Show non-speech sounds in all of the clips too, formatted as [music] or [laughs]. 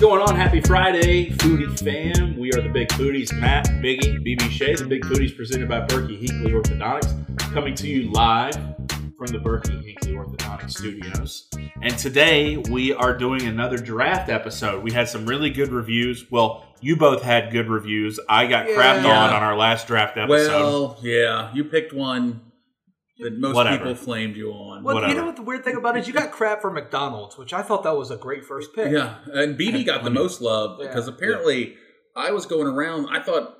going on? Happy Friday, foodie fam. We are the Big Foodies, Matt, Biggie, BB Shea, the Big Foodies presented by Berkey Hinkley Orthodontics, coming to you live from the Berkey Hinkley Orthodontic Studios. And today we are doing another draft episode. We had some really good reviews. Well, you both had good reviews. I got crapped Yeah. on on our last draft episode. Well, yeah, you picked one that most Whatever. people flamed you on. Well, you Whatever. know what the weird thing about it is? You got crap for McDonald's, which I thought that was a great first pick. Yeah, and BB got the most love Yeah. because apparently I was going around. I thought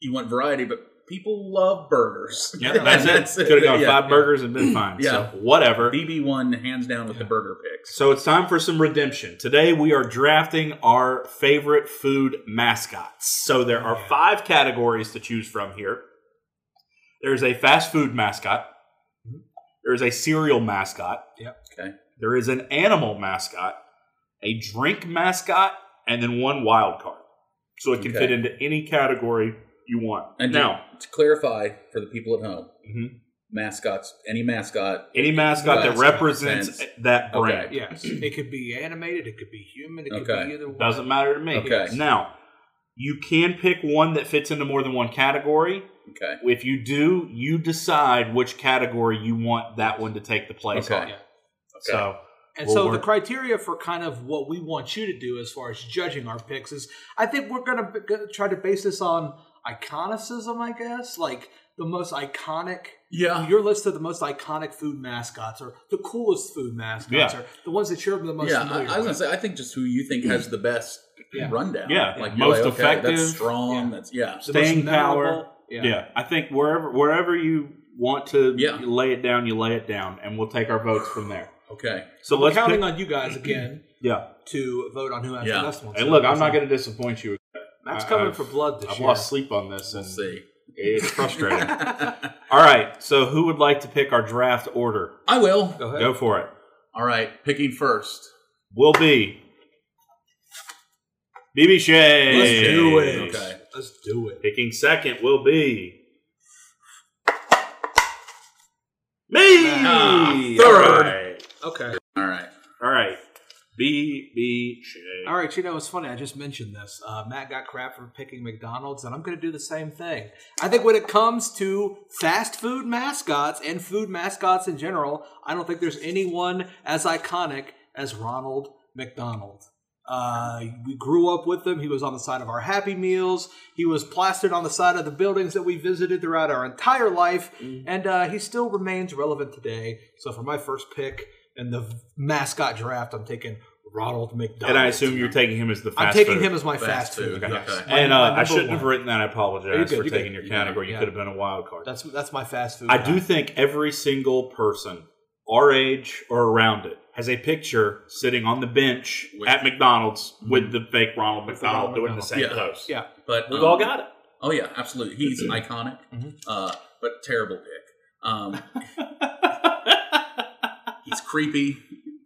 you want variety, but people love burgers. [laughs] yeah, [laughs] that's, it. Could have gone Yeah. five burgers and been fine. Yeah. So whatever. BB won hands down with the burger picks. So it's time for some redemption. Today we are drafting our favorite food mascots. So there are five categories to choose from here. There's a fast food mascot. There's a cereal mascot. Yep. Okay. There is an animal mascot, a drink mascot, and then one wild card. So it can Okay. fit into any category you want. And now, to, to clarify for the people at home, Mhm. mascots, any mascot, any mascot that Mascot represents sense. that brand. Okay. Yes. It could be animated, it could be human, it could Okay. be either one. Doesn't matter to me. Okay. Now, you can pick one that fits into more than one category. okay, If you do, you decide which category you want that one to take the place Okay. on. Yeah. So, And Well, so we're- the criteria for kind of what we want you to do as far as judging our picks is I think we're going to try to base this on iconicism, I guess. Like the most iconic, yeah, your list of the most iconic food mascots or the coolest food mascots Yeah. or the ones that you're the most yeah. I, familiar I was gonna with. say, I think just who you think has the best Yeah. rundown, Yeah, like most you're like, okay, effective. that's strong, Yeah. that's yeah, The most staying power. memorable. yeah. I think wherever wherever you want to Yeah. lay it down, you lay it down, and we'll take our votes from there. okay, So We're let's counting pick, on you guys again [clears throat] yeah. to vote on who has the Yeah. best one. And So look, I'm not that's- going to disappoint you. Matt's I- coming I've- for blood this I've year. lost sleep on this, and let's see. Um, it's frustrating. [laughs] All right, so who would like to pick our draft order? [laughs] I will. Go ahead. Go for it. All right, picking first. will be BB Shay. Let's do it. Okay. Let's do it. Picking second will be me. Ah, All third. right. Okay. All right. All right. BB Shay. All right. You know, it's funny. I just mentioned this. Uh, Matt got crap for picking McDonald's, and I'm going to do the same thing. I think when it comes to fast food mascots and food mascots in general, I don't think there's anyone as iconic as Ronald McDonald. Uh, we grew up with him. He was on the side of our Happy Meals. He was plastered on the side of the buildings that we visited throughout our entire life, Mm. and uh, he still remains relevant today. So for my first pick in the v- mascot draft, I'm taking Ronald McDonald. And I assume you're taking him as the fast I'm taking food. him as my Fast fast, food, food. okay. yes. Okay. My- And my uh, I number shouldn't one. have written that. I apologize You're good, for you're good. taking your Yeah, category. You yeah. could have been a wild card. That's that's my fast food. I do guy. think every single person our age or around it has a picture sitting on the bench With- at McDonald's with the fake Ronald Mm-hmm. With the Ronald McDonald doing the same McDonald. pose. Yeah. But We've um, all got Mm-hmm. it. Oh yeah, absolutely. He's iconic. Mhm. Uh, but terrible pick. [laughs] Um, he's creepy.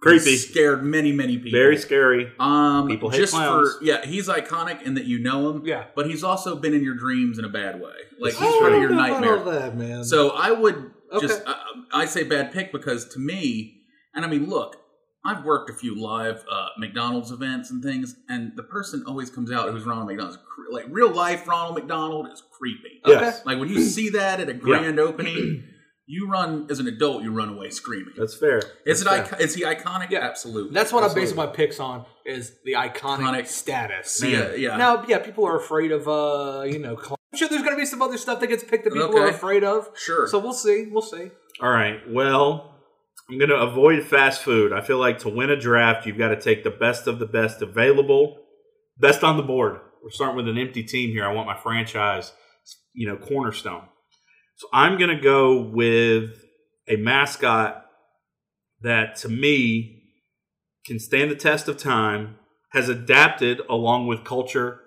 Creepy. He's scared many many people. Very scary. Um, People hate just clowns. for yeah, he's iconic in that you know him. Yeah. But he's also been in your dreams in a bad way. Like This he's is part true. of your I don't know nightmare. about that, man. So I would Okay. just I, I say bad pick because to me, and I mean, look, I've worked a few live uh, McDonald's events and things, and the person always comes out who's Ronald McDonald's cre- like real life Ronald McDonald is creepy. Okay. Yes. [clears throat] Like when you see that at a grand opening, you run as an adult, you run away screaming. That's fair. Is it That's icon- is he iconic? Yeah. Absolutely. that's what I'm Absolutely. basing my picks on is the iconic, Iconic. status. Yeah, yeah. Now, yeah, people are afraid of uh, you know. cl- I'm sure there's going to be some other stuff that gets picked that people are Okay. afraid of. sure. So we'll see. We'll see. All right. Well, I'm going to avoid fast food. I feel like to win a draft, you've got to take the best of the best available, best on the board. We're starting with an empty team here. I want my franchise, you know, cornerstone. So I'm going to go with a mascot that to me can stand the test of time, has adapted along with culture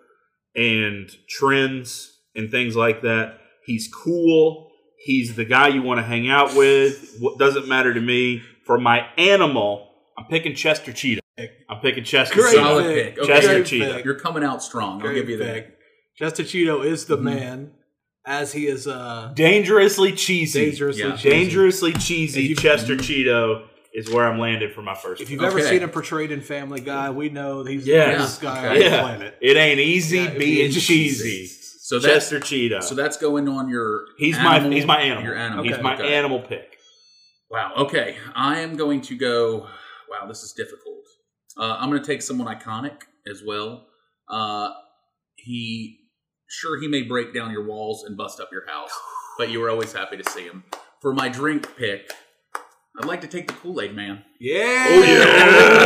and trends and things like that. He's cool. He's the guy you want to hang out with. What doesn't matter to me. For my animal, I'm picking Chester Cheetah. I'm picking Chester Great Cheetah. Solid pick. pick. Okay. Chester Great Cheetah. pick. You're coming out strong. I'll Great give you that. pick. Chester Cheeto is the Mhm. man, as he is uh, Dangerously cheesy. dangerously Yeah. cheesy. Dangerously cheesy If you- Chester Cheeto is where I'm landed for my first. If you've pick. ever Okay. seen him portrayed in Family Guy, we know he's the Yes. greatest guy Okay. on the yeah, planet. it ain't easy Yeah, it'd be being easy. cheesy. So that's Chester Cheetah. so that's going on your. he's animal- my he's my animal. Your animal. He's Okay. my Okay. animal pick. Wow. Okay. I am going to go. Wow, this is difficult. Uh, I'm going to take someone iconic as well. Uh, he, sure, he may break down your walls and bust up your house, but you were always happy to see him. For my drink pick, I'd like to take the Kool Aid Man. Yeah. Oh, yeah.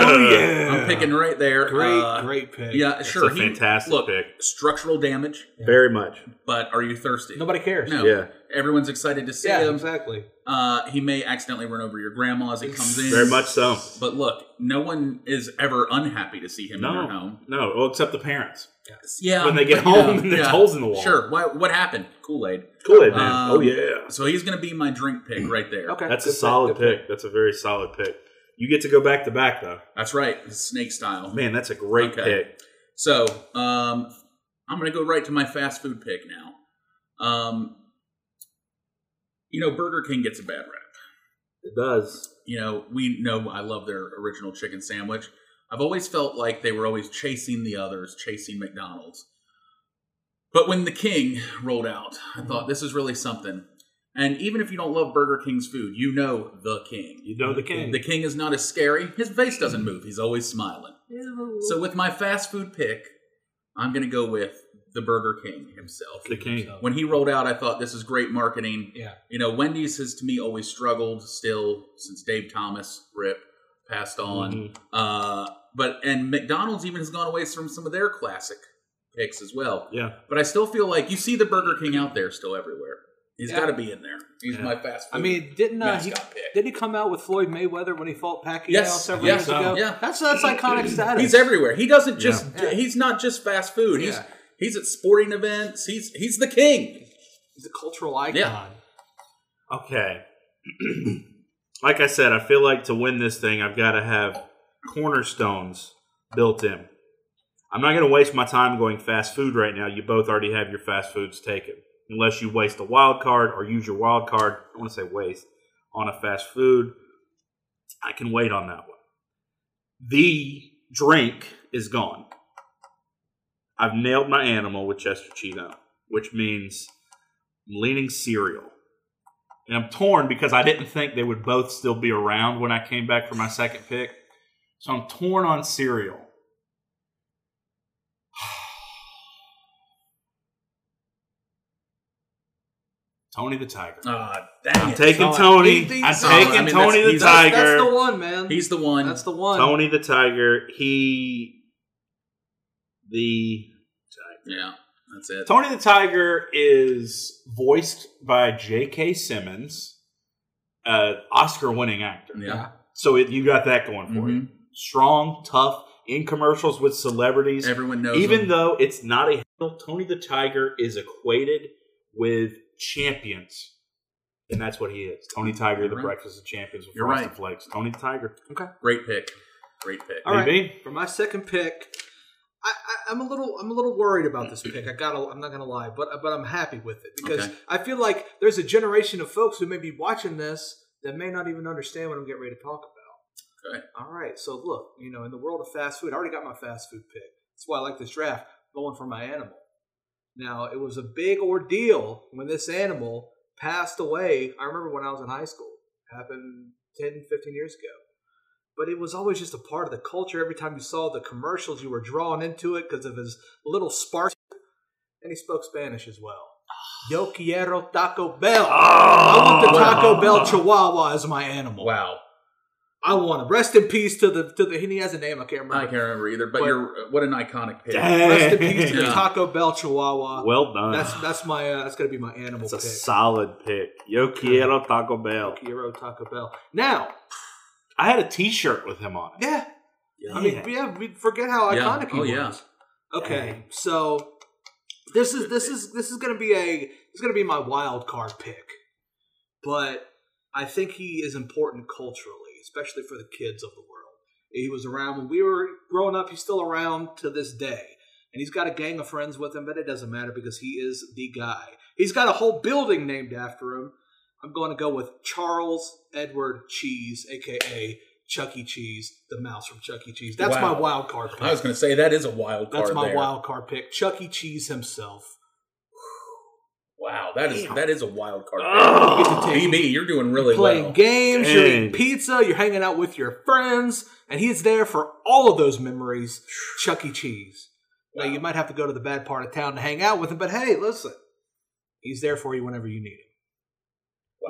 Oh, yeah. I'm picking right there. Great, Uh, great pick. Yeah, That's sure. a he- fantastic look, pick. structural damage, Yeah. Very much. but are you thirsty? Nobody cares. No. Yeah. Everyone's excited to see Yeah, him. exactly. Uh, he may accidentally run over your grandma as he comes in. Very much so. But look, no one is ever unhappy to see him in No. their home. No, well, except the parents [laughs] Yeah, when they get but, you home know, and there's yeah. holes in the wall. Sure. Why, what happened? Kool Aid. Kool Aid Man. Um, oh yeah, So he's going to be my drink pick right there. Okay. that's good a solid good pick. That's a very solid pick. You get to go back to back though. That's right, snake style. Man, that's a great Okay. pick. So um, I'm going to go right to my fast food pick now. Um, you know, Burger King gets a bad rap. It does. You know, we know I love their original chicken sandwich. I've always felt like they were always chasing the others, chasing McDonald's. But when the King rolled out, I thought this is really something. And even if you don't love Burger King's food, you know the King. You know the king. The King is not as scary. His face doesn't move. He's always smiling. So with my fast food pick, I'm going to go with the Burger King himself. The king. When he rolled out, I thought this is great marketing. Yeah. You know, Wendy's has to me always struggled still since Dave Thomas, rip, passed on. Mm-hmm. Mhm. Uh, but and McDonald's even has gone away from some of their classic picks as well. Yeah. But I still feel like you see the Burger King out there still everywhere. He's Yeah. got to be in there. He's Yeah. my fast food. I mean, didn't uh, he, mascot pick. didn't he come out with Floyd Mayweather when he fought Pacquiao Yes, several yes, years ago? yeah. That's that's iconic status. He's everywhere. He doesn't just. Yeah. He's not just fast food. He's Yeah. he's at sporting events. He's he's the king. He's a cultural icon. Yeah. Okay. [clears throat] like I said, I feel like to win this thing, I've got to have cornerstones built in. I'm not going to waste my time going fast food right now. You both already have your fast foods taken. Unless you waste a wild card or use your wild card, I want to say waste, on a fast food, I can wait on that one. The drink is gone. I've nailed my animal with Chester Cheeto, which means I'm leaning cereal. And I'm torn because I didn't think they would both still be around when I came back for my second pick. So I'm torn on cereal. [sighs] Tony the Tiger. Ah, I'm dang it. taking Solid. Tony. Ding, ding, I'm solid. taking I mean, Tony that's- the he's- Tiger. That's, that's the one, man. he's the one. that's the one. Tony the Tiger. He the yeah, that's it. Tony the Tiger is voiced by J.K. Simmons, uh, Oscar-winning actor. Yeah, So it, you got that going for you. Mhm. Strong, tough, in commercials with celebrities. everyone knows. Even him. though it's not a handle, Tony the Tiger is equated with champions. And that's what he is. Tony Tiger, You're the right. Breakfast of Champions with You're Frosted right. Flakes. Tony the Tiger. great pick, great pick. All right. Maybe. For my second pick, I, I, I'm a little I'm a little worried about this pick. I got I'm not gonna lie, but but I'm happy with it because Okay. I feel like there's a generation of folks who may be watching this that may not even understand what I'm getting ready to talk about. Okay. All right. So look, you know, in the world of fast food, I already got my fast food pick. That's why I like this draft. Going for my animal. Now it was a big ordeal when this animal passed away. I remember when I was in high school. Happened 10, 15 years ago but it was always just a part of the culture. Every time you saw the commercials, you were drawn into it because of his little spark. And he spoke Spanish as well. [sighs] Yo quiero Taco Bell. Ah. I want the Oh. Taco Bell Chihuahua as my animal. Wow, I want him. Rest in peace to the to the. He has a name. I can't remember. I can't remember either. But What? you're what an iconic pick. Dang. Rest in [laughs] peace to the Yeah. Taco Bell Chihuahua. Well done. that's that's my uh, that's gonna be my animal It's a pick. solid pick. Yo quiero Taco Bell. Quiero Taco Bell. Now, I had a T-shirt with him on it. yeah, I mean, yeah, we forget how Yeah. iconic he Oh, was. yeah. Okay, Yeah. so this is this is this is gonna be a it's gonna be my wild card pick, but I think he is important culturally, especially for the kids of the world. He was around when we were growing up. He's still around to this day, and he's got a gang of friends with him. But it doesn't matter because he is the guy. He's got a whole building named after him. I'm going to go with Charles Edward Cheese, aka Chuck E. Cheese, the mouse from Chuck E. Cheese. That's Wow. my wild card pick. I was going to say that is a wild card. That's my there. wild card pick. Chuck E. Cheese himself. Wow, that is Damn. that is a wild card. Ugh. Get to take- BB, you're doing Oh, really playing well. games, you're eating Dang. pizza, you're hanging out with your friends, and he's there for all of those memories. Chuck E. Cheese. Now you might have to go to the bad part of town to hang out with him, but hey, listen, he's there for you whenever you need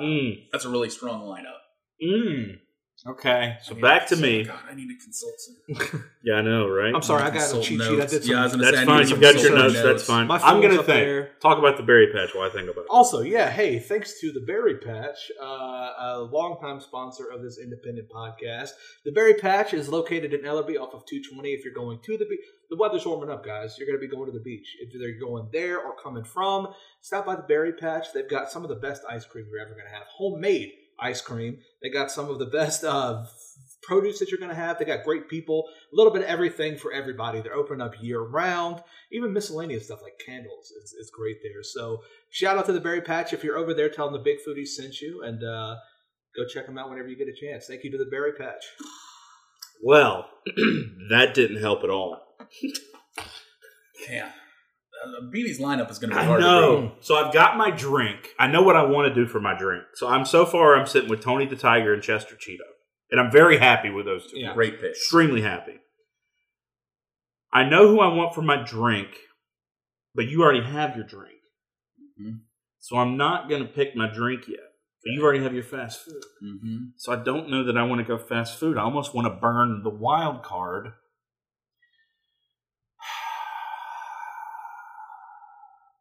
Mm, That's a really strong lineup. mm. Okay, so I need back to consult- me. God, I need to consult some. Yeah, I know, right? I'm sorry, I got a consult cheat sheet. I notes. did some- Yeah, I was gonna That's say, I need fine. to You've got your consult notes. some That's fine. him. My I'm gonna phone's up think. there. Talk about the berry patch while I think about it. Also, yeah, hey, thanks to the Berry Patch, uh, a longtime sponsor of this independent podcast. The Berry Patch is located in Ellerby off of 220. If you're going to the beach, the weather's warming up, guys. You're going to be going to the beach. If you're going there or coming from, stop by the Berry Patch. They've got some of the best ice cream you're ever going to have. Homemade ice cream. They got some of the best uh, produce that you're going to have. They got great people, a little bit of everything for everybody. They're open up year round, even miscellaneous stuff like candles. It's, it's great there. So, shout out to the Berry Patch. If you're over there, tell them the Big Foodie sent you and uh, go check them out whenever you get a chance. Thank you to the Berry Patch. Well, [clears throat] that didn't help at all. Yeah, uh, BB's lineup is going to be I hard. to know. read. So I've got my drink. I know what I want to do for my drink. So I'm so far I'm sitting with Tony the Tiger and Chester Cheeto. And I'm very happy with those two. Yeah. Great pitch. Extremely happy. I know who I want for my drink, but you already have your drink. Mm-hmm. Mhm. So I'm not going to pick my drink yet. But you already have your fast food. hmm So I don't know that I want to go fast food. I almost want to burn the wild card. [sighs]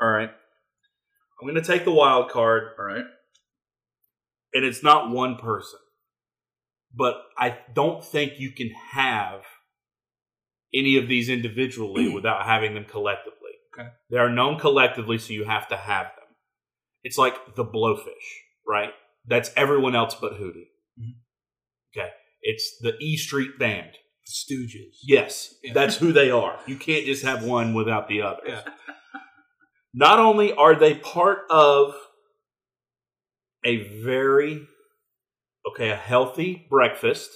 All right. I'm going to take the wild card, All right. and it's not one person. But I don't think you can have any of these [clears throat] individually without having them collectively. Okay. They are known collectively, so you have to have them. It's like the blowfish, right? That's everyone else but Hootie. Mhm. Okay. It's the E Street Band. Stooges. Yes, Yeah. that's who they are. [laughs] You can't just have one without the other. Yeah. Not only are they part of a very okay, a healthy breakfast,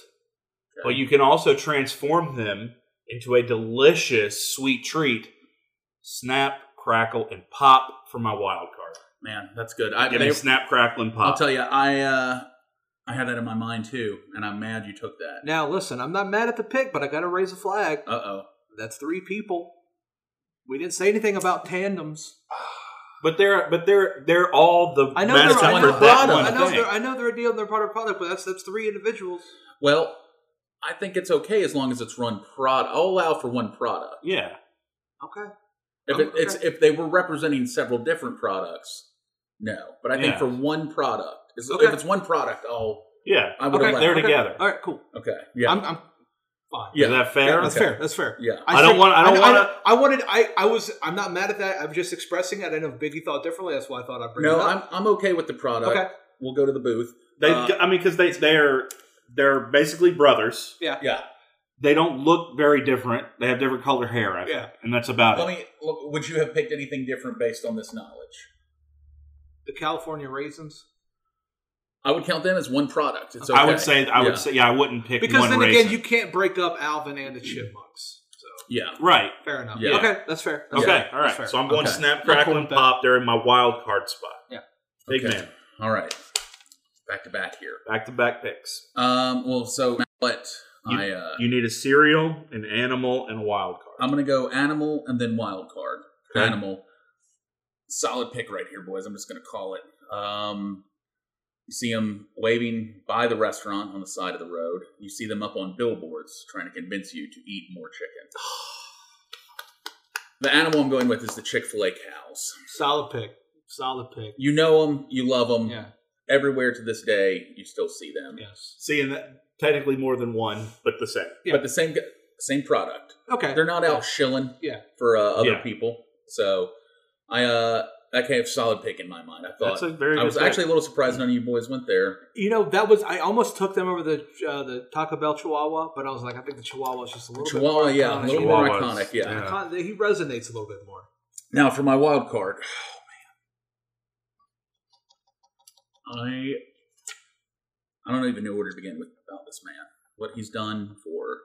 but you can also transform them into a delicious sweet treat. Snap, crackle, and pop for my wild card. Man, that's good. I, Give they- me snap, crackle, and I'll pop. tell you, I uh, I had that in my mind too, and I'm mad you took that. Now, listen, I'm not mad at the pick, but I got to raise a flag. Uh oh. That's three people. We didn't say anything about tandems. but they're but they're they're all the I know mascot they're I for know, that product. one I know thing. they're I know they're a deal and they're part of product, but that's that's three individuals. Well, I think it's okay as long as it's run prod. I'll allow for one product. yeah. Okay. If it, it's if they were representing several different products, no. But I think Yeah. for one product, if- Okay. if it's one product, I'll Yeah. I would Okay, allow. They're Okay. together. All right, cool. okay. Yeah. I'm, I'm fine. yeah. Is that fair? That's fair. That's fair. yeah. I don't think- want- I don't I, wanna- I wanted. I. I was. I'm not mad at that. I'm just expressing it. I know Biggie thought differently. That's why I thought I'd bring No, it I'm up. I'm okay with the product. okay. We'll go to the booth. They, Uh, I mean, because they they're they're basically brothers. Yeah. They don't look very different. They have different colored hair, I think, Yeah. and that's about Let it. me. look, Would you have picked anything different based on this knowledge? The California raisins. I would count them as one product. It's okay. I would say I would Yeah. say yeah, I wouldn't pick Because one then raisin. again, you can't break up Alvin and the Chipmunks. So Yeah. right. fair enough. Yeah. Okay, that's fair. That's Okay, fair. all That's right. fair. So I'm going Okay. snap, cool crackle, with and that. pop. They're in my wild card spot. Yeah. Big Okay. man, All right. Back to back here. back to back picks. Um. Well, so what? I uh, You need a cereal, an animal, and a wild card. I'm gonna go animal and then wild card. Okay. Animal. Solid pick right here, boys. I'm just gonna call it. Um. You see them waving by the restaurant on the side of the road. You see them up on billboards trying to convince you to eat more chicken. The animal I'm going with is the Chick Fil A cows. Solid pick. Solid pick. You know them, you love them. Yeah. Everywhere to this day, you still see them. Yes. Seeing that technically more than one, but the same. Yeah. But the same same product. Okay. They're not out shilling Yeah. for uh, other Yeah. people. So I uh that came a solid pick in my mind. I That's thought a very. I good was pick. actually a little surprised none of you boys went there. You know, that was I almost took them over the uh, the Taco Bell Chihuahua, but I was like, I think the Chihuahua is just a little bit Chihuahua, more yeah, a iconic. little more Chihuahuas. iconic, yeah. Yeah. Icon- he resonates a little bit more. Now for my wild card. [sighs] Oh man. I I don't even know where to begin with about this man. What he's done for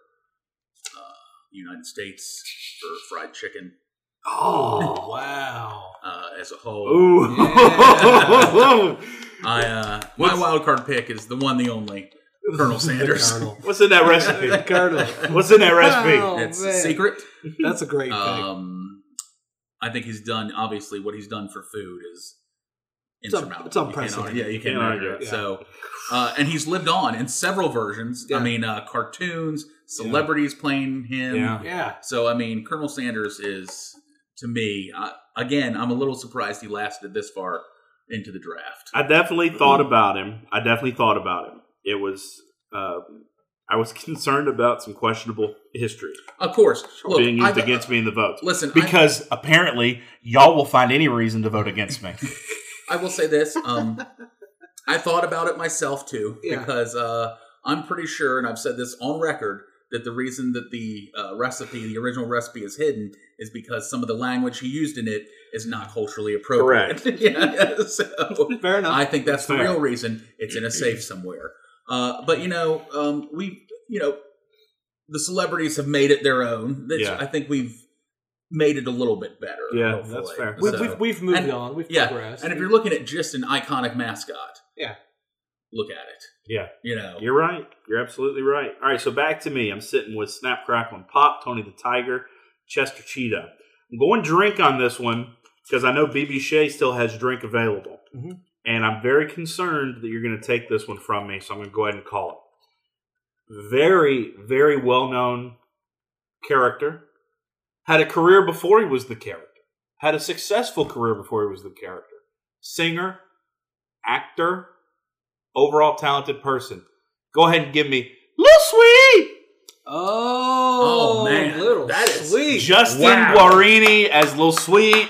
uh, the United States for fried chicken Oh [laughs] wow! uh, as a whole. Ooh. [laughs] Yeah. I uh, my wild card pick is the one, the only Colonel Sanders. [laughs] Colonel. What's in that [laughs] recipe? Colonel. What's in that recipe? [laughs] Wow. Oh, it's man. secret. That's a great thing. Um, I think he's done. Obviously, what he's done for food is It's un- insurmountable. it's unprecedented. You can't, yeah, you can't Can't argue it. argue it. So, uh, and he's lived on in several versions. Yeah. I mean, uh, cartoons, celebrities playing him. Yeah. Yeah, So, I mean, Colonel Sanders is to me I, again. I'm a little surprised he lasted this far into the draft. I definitely thought about him. I definitely thought about him. It was. Uh, I was [laughs] concerned about some questionable history of course, look, being used I- against me in the votes. Listen, I- Because apparently, y'all will find any reason to vote against me. I will say this. [laughs] Um, I thought about it myself too Yeah. because uh, I'm pretty sure, and I've said this on record, that the reason that the uh, recipe, the original recipe, is hidden is because some of the language he used in it is not culturally appropriate. [laughs] yeah, so fair enough. I think that's the Fair. real reason. It's in a safe somewhere. Uh, but you know, um, we, you know, the celebrities have made it their own. That's, Yeah. I think we've made it a little bit better. Yeah, that's hopefully. fair. we, So- we've we've moved and- on. We've yeah, progressed. and if you're looking at just an iconic mascot, Yeah. look at it. Yeah. you know, You're right. You're absolutely right. All right, so back to me. I'm sitting with Snap Crackle and Pop, Tony the Tiger, Chester Cheetah. I'm going drink on this one because I know BB Shea still has drink available. Mhm. And I'm very concerned that you're going to take this one from me, so I'm going to go ahead and call it. Very, very well known character. Had a career before he was the character, had a successful career before he was the character. Singer, actor, overall talented person. Go ahead and give me Lil Sweet. oh, Oh, man. little That is sweet. Justin Wow. Guarini as Lil Sweet.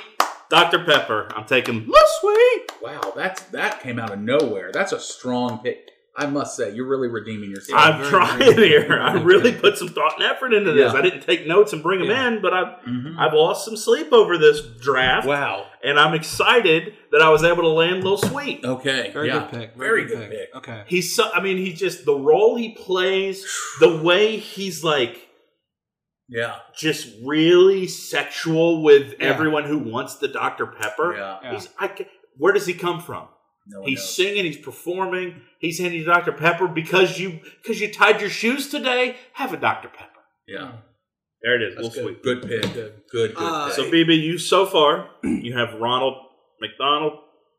Dr. Pepper. I'm taking Lil Sweet. wow, that's that came out of nowhere. That's a strong pick. I must say, you're really redeeming yourself. I'm very trying good. here. I really put some thought and effort into this. Yeah. I didn't take notes and bring them Yeah. in, but I've Mhm. I've lost some sleep over this draft, wow. and I'm excited that I was able to land Lil Sweet. Okay. Very yeah. good pick. Very good pick. Okay. He's so, I mean, he just the role he plays, the way he's like Yeah. just really sexual with Yeah. everyone who wants the Dr. Pepper. Yeah. Yeah. He's I, ca- where does he come from? No one He's knows. singing, he's performing, he's handing you Dr. Pepper because you because you tied your shoes today. Have a Dr. Pepper. Yeah. There it is. That's Lil Sweet. good. Good pick. Good. Good. Uh, pick. So BB, you so far [clears throat] you have Ronald McDonald,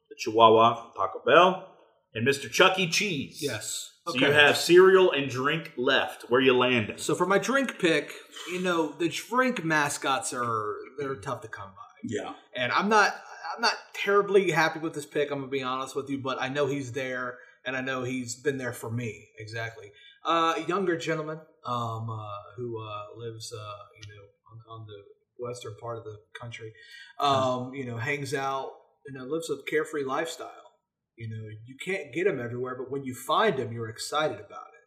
the Chihuahua, from Taco Bell, and Mr. Chuck E. Cheese. Yes. So you have cereal and drink left. Where you landing? So for my drink pick, you know the drink mascots are they're tough to come by, yeah. and I'm not I'm not terribly happy with this pick. I'm gonna be honest with you, but I know he's there, and I know he's been there for me exactly. Uh, a younger gentleman um, uh, who uh, lives uh, you know on, on the western part of the country, um, you know hangs out you know lives a carefree lifestyle. You know you can't get him everywhere, but when you find him, you're excited about it.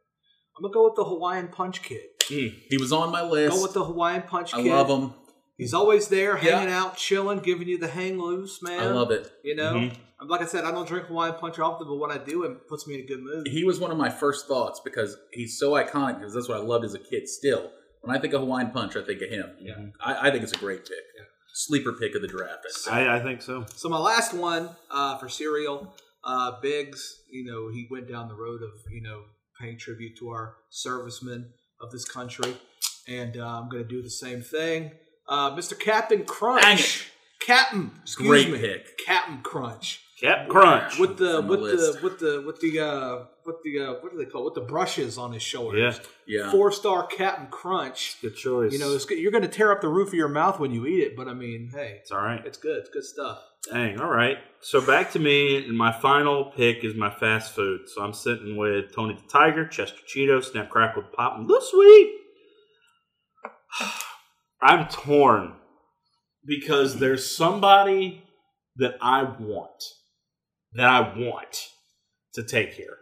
I'm gonna go with the Hawaiian Punch Kid. He was on my list. Go with the Hawaiian Punch I Kid. love him. He's always there, Yeah. hanging out, chilling, giving you the hang loose, man. I love it. You know, Mm-hmm. Mhm. Um, like I said, I don't drink Hawaiian Punch often, but when I do, it puts me in a good mood. He was one of my first thoughts because he's so iconic. Because that's what I loved as a kid. Still, when I think of Hawaiian Punch, I think of him. Yeah. I, I think it's a great pick. Yeah. Sleeper pick of the draft. I think. I, I think so. So my last one uh, for cereal, uh, Biggs. You know, he went down the road of you know paying tribute to our servicemen of this country, and uh, I'm going to do the same thing. Uh, Mr. Captain Crunch, Dang it. Captain, excuse Great me, pick. Captain Crunch. Cap Crunch. with the from the with the list. with the with the uh with the uh what do they call it? with the brushes on his shoulders. Yeah. Four star Captain Crunch. Good choice. You know, it's, good- you're going to tear up the roof of your mouth when you eat it, but I mean, hey, it's all right. it's good. It's good stuff. Dang, all right. So back to me, and my final pick is my fast food. So I'm sitting with Tony the Tiger, Chester Cheeto, Snap Crackle Pop, and Lil Sweet. I'm torn because there's somebody that I want, that I want to take here.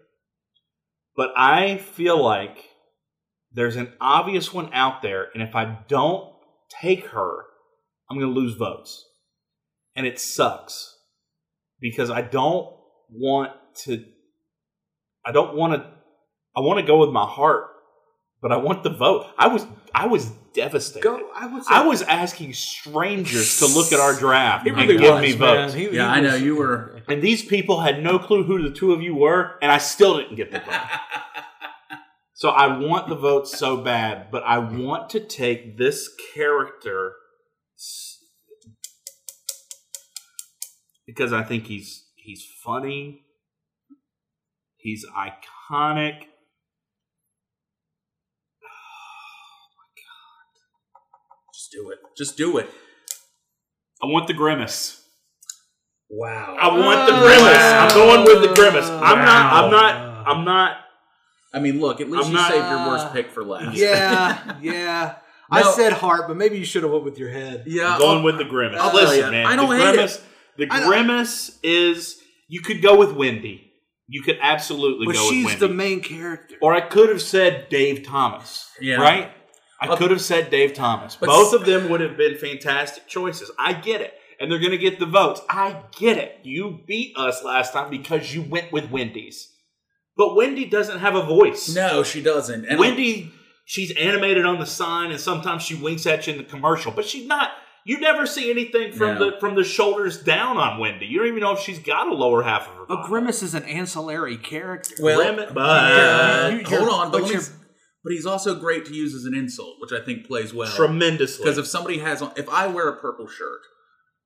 But I feel like there's an obvious one out there, and if I don't take her, I'm going to lose votes. And it sucks because I don't want to, I don't want to, I want to go with my heart, but I want the vote. I was, I was devastated. Go. I would. Say, I was asking strangers to look at our draft He and really give was, me man. votes. He- he Yeah, I know, was- you were- And these people had no clue who the two of you were, and I still didn't get the vote. so I want the vote so bad, but I want to take this character s- because I think he's he's funny, he's iconic. [laughs] Just do it. Just do it. I want the grimace. Wow. I want Ah. the grimace. I'm going with the grimace. I'm not. I'm not. I'm not. I mean, look. At least I'm you not- saved your worst pick for [laughs] last. Yeah, yeah. I No. said heart, but maybe you should have went with your head. [laughs] yeah. going with the grimace. I'll tell Listen, ya, man. I don't the hate it. grimace, The I don't- grimace is. You could go with Wendy. You could absolutely But go she's with Wendy. the main character. or I could have said Dave Thomas. Yeah. Right. I Uh, could have said Dave Thomas. but Both s- of them would have been fantastic choices. I get it. And they're going to get the votes. I get it. You beat us last time because you went with Wendy's. But Wendy doesn't have a voice. Oh, No, she doesn't. And Wendy, she's animated on the sign, and sometimes she winks at you in the commercial, but she's not. You never see anything from No. the from the shoulders down on Wendy. You don't even know if she's got a lower half of her. A Body. grimace is an ancillary character. Well, Limit- but- You- hold on, but, but let me- you're- but he's also great to use as an insult, which I think plays well. tremendously. Because if somebody has, on, if I wear a purple shirt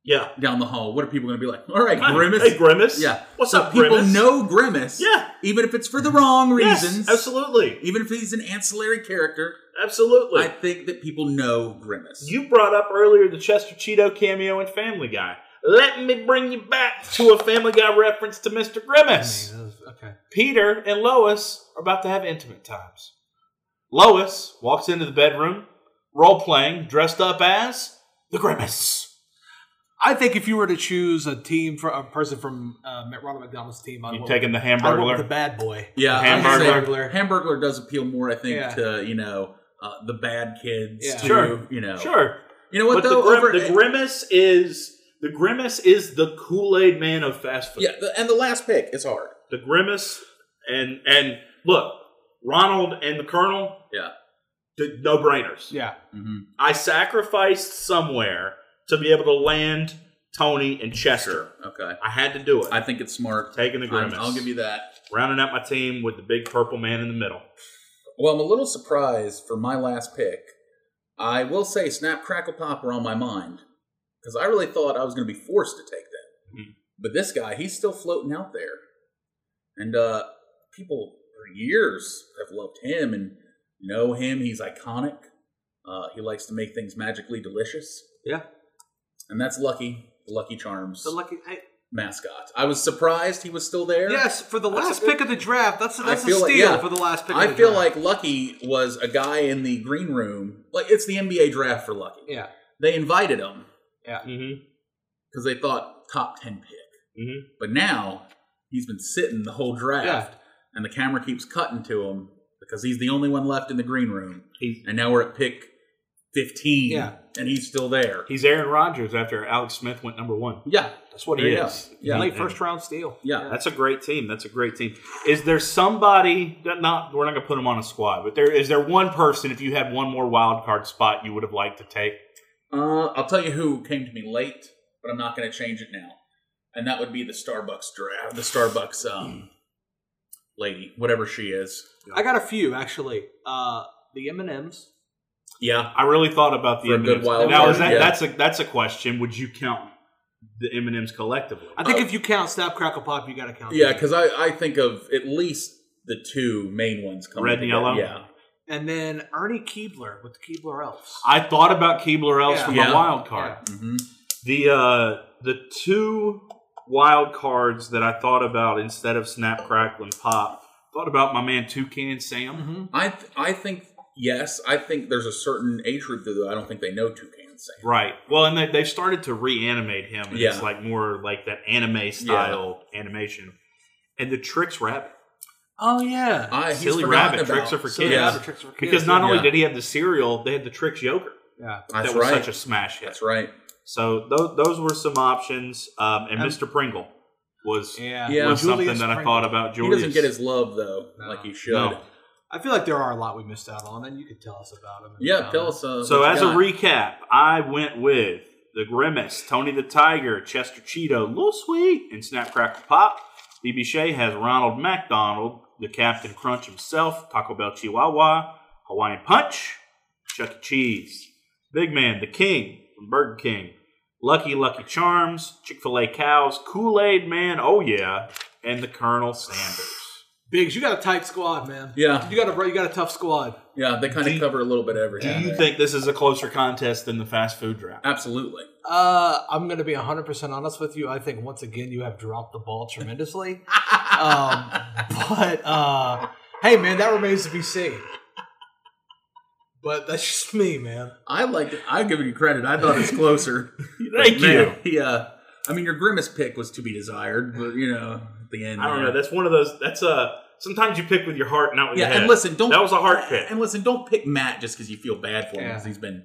yeah, down the hall, what are people going to be like? All right, Hi. grimace. Hey, grimace. Yeah. What's so up, people grimace? know grimace. Yeah. Even if it's for the wrong Yes, reasons. absolutely, Even if he's an ancillary character, absolutely. I think that people know grimace. you brought up earlier the Chester Cheeto cameo in Family Guy. Let me bring you back to a Family Guy reference to Mr. Grimace. I mean, that was- okay. Peter and Lois are about to have intimate times. Lois walks into the bedroom, role playing, dressed up as the Grimace. I think if you were to choose a team for a person from uh, Ronald McDonald's team, I'd You want- taking the I'd want the hamburger? bad boy. yeah, Ham- I'm just saying, Hamburglar. Hamburglar does appeal more, I think, Yeah. to you know uh, the bad kids. Yeah. to, Sure. You know. Sure, You know what but the, though? grim, Over- the Grimace is the Grimace is the Kool Aid Man of fast food. yeah, the, and the last pick is hard. The Grimace and and look, Ronald and the Colonel. Yeah. no brainers. Yeah, Mm-hmm. I sacrificed somewhere to be able to land Tony and Chester. Okay. I had to do it. I think it's smart. Taking the grimace. I'm- I'll give you that. rounding out my team with the big purple man in the middle. Well, I'm a little surprised for my last pick. I will say Snap, Crackle, Pop were on my mind because I really thought I was going to be forced to take them. Mm-hmm. Mhm. But this guy, he's still floating out there. And uh, people for years have loved him and know him. He's iconic. Uh, he likes to make things magically delicious. Yeah. And that's Lucky, the Lucky Charms the lucky. I, mascot. I was surprised he was still there. yes, for the That's last a good- pick of the draft, that's I that's a feel steal like- yeah. for the last pick. I of the feel draft. like Lucky was a guy in the green room. Like it's the NBA draft for Lucky. yeah, They invited him Mm-hmm. because they thought top ten pick. Mm-hmm. Mhm. But now he's been sitting the whole draft, and the camera keeps cutting to him because he's the only one left in the green room. He's And now we're at pick fifteen, Yeah. and he's still there. he's Aaron Rodgers after Alex Smith went number one. yeah, That's what There he you is. go. Yeah. late And- first round steal. Yeah. That's a great team. That's a great team. Is there somebody that not we're not gonna put him on a squad, but there is there one person if you had one more wild card spot you would have liked to take? Uh, I'll tell you who came to me late, but I'm not going to change it now. And that would be the Starbucks draft, the Starbucks um, lady, whatever she is. I got a few actually. Uh, the M and M's. Yeah, I really thought about the For a good M&Ms. wild now card, is that yeah. that's a that's a question. Would you count the M and M's collectively? I think Uh, if you count Snap Crackle Pop, you got to count. yeah, them. because I, I think of at least the two main ones coming. Red and together. yellow? Yeah, and then Ernie Keebler with the Keebler Elves. I thought about Keebler Elves Yeah. for my Yeah. wild card. hmm The uh, the two wild cards that I thought about instead of Snap Crackle and Pop, thought about my man Toucan Sam. Mm-hmm. Mhm. I th- I think yes, I think there's a certain age group that I don't think they know Toucan. insane. Right. Well, and they, they've started to reanimate him. And Yeah. It's like more like that anime style animation. And the tricks rabbit. Oh yeah. I, he's Silly forgotten rabbit. about. Tricks are for So kids. that's Yeah. the tricks for kids, Because not yeah. only Yeah. did he have the cereal, they had the tricks yogurt. yeah. That's that was right. such a smash hit. That's right. So those, those were some options. Um, and Um, Mr. Pringle was, Yeah. Yeah. was something Julius that I Pringle. thought about. He Julius. doesn't get his love though, No. like he should. No. I feel like there are a lot we missed out on, and you could tell us about them. Yeah, tell us. Uh, So what you as a got. recap, I went with the Grimace, Tony the Tiger, Chester Cheeto, Lil Sweet, and Snap Crackle Pop. BB Shea has Ronald McDonald, the Captain Crunch himself, Taco Bell Chihuahua, Hawaiian Punch, Chuck E. Cheese, Big Man, the King from Burger King, Lucky Lucky Charms, Chick Fil A cows, Kool Aid Man, oh yeah, and the Colonel Sanders. Biggs, you got a tight squad, man. Yeah. You got a you got a tough squad. Yeah, they kind Do of you- cover a little bit of Do everything. you there. think this is a closer contest than the fast food draft? Absolutely. Uh, I'm going to be 100 percent honest with you. I think once again you have dropped the ball tremendously. um, but uh, hey, man, that remains to be seen. But that's just me, man. I like. I'm giving you credit. I thought [laughs] it was closer. Thank you. Yeah. I mean, your grimace pick was to be desired, but you know, at the end. I don't there. know. That's one of those. That's a. Sometimes you pick with your heart, not with yeah, your head. and listen, don't. That was a hard pick. And listen, don't pick Matt just because you feel bad for him Yeah. because he's been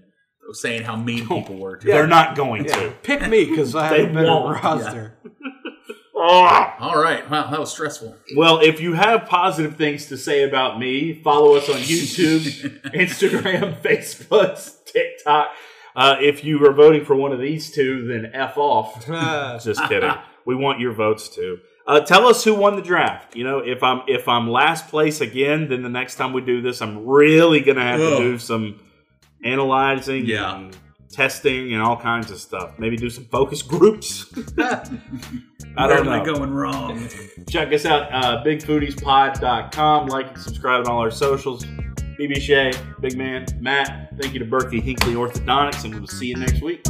saying how mean people were. To They're him. not going to. Pick me because I They have a better won't, [laughs] roster. Ah. All right. Wow, that was stressful. [laughs] Well, if you have positive things to say about me, follow us on YouTube, [laughs] Instagram, [laughs] Facebook, TikTok. Uh, if you are voting for one of these two, then f off. Uh, Just kidding. [laughs] we want your votes too. Uh, tell us who won the draft. You know, if I'm if I'm last place again, then the next time we do this, I'm really gonna have to Ugh. do some analyzing, Yeah. and testing, and all kinds of stuff. Maybe do some focus groups. [laughs] I Where don't know. am going wrong? Check us out, uh, bigfoodiespod.com. Like and subscribe on all our socials. BB Shea, Big Man, Matt. Thank you to Berkey Hinkley Orthodontics, and we will see you next week.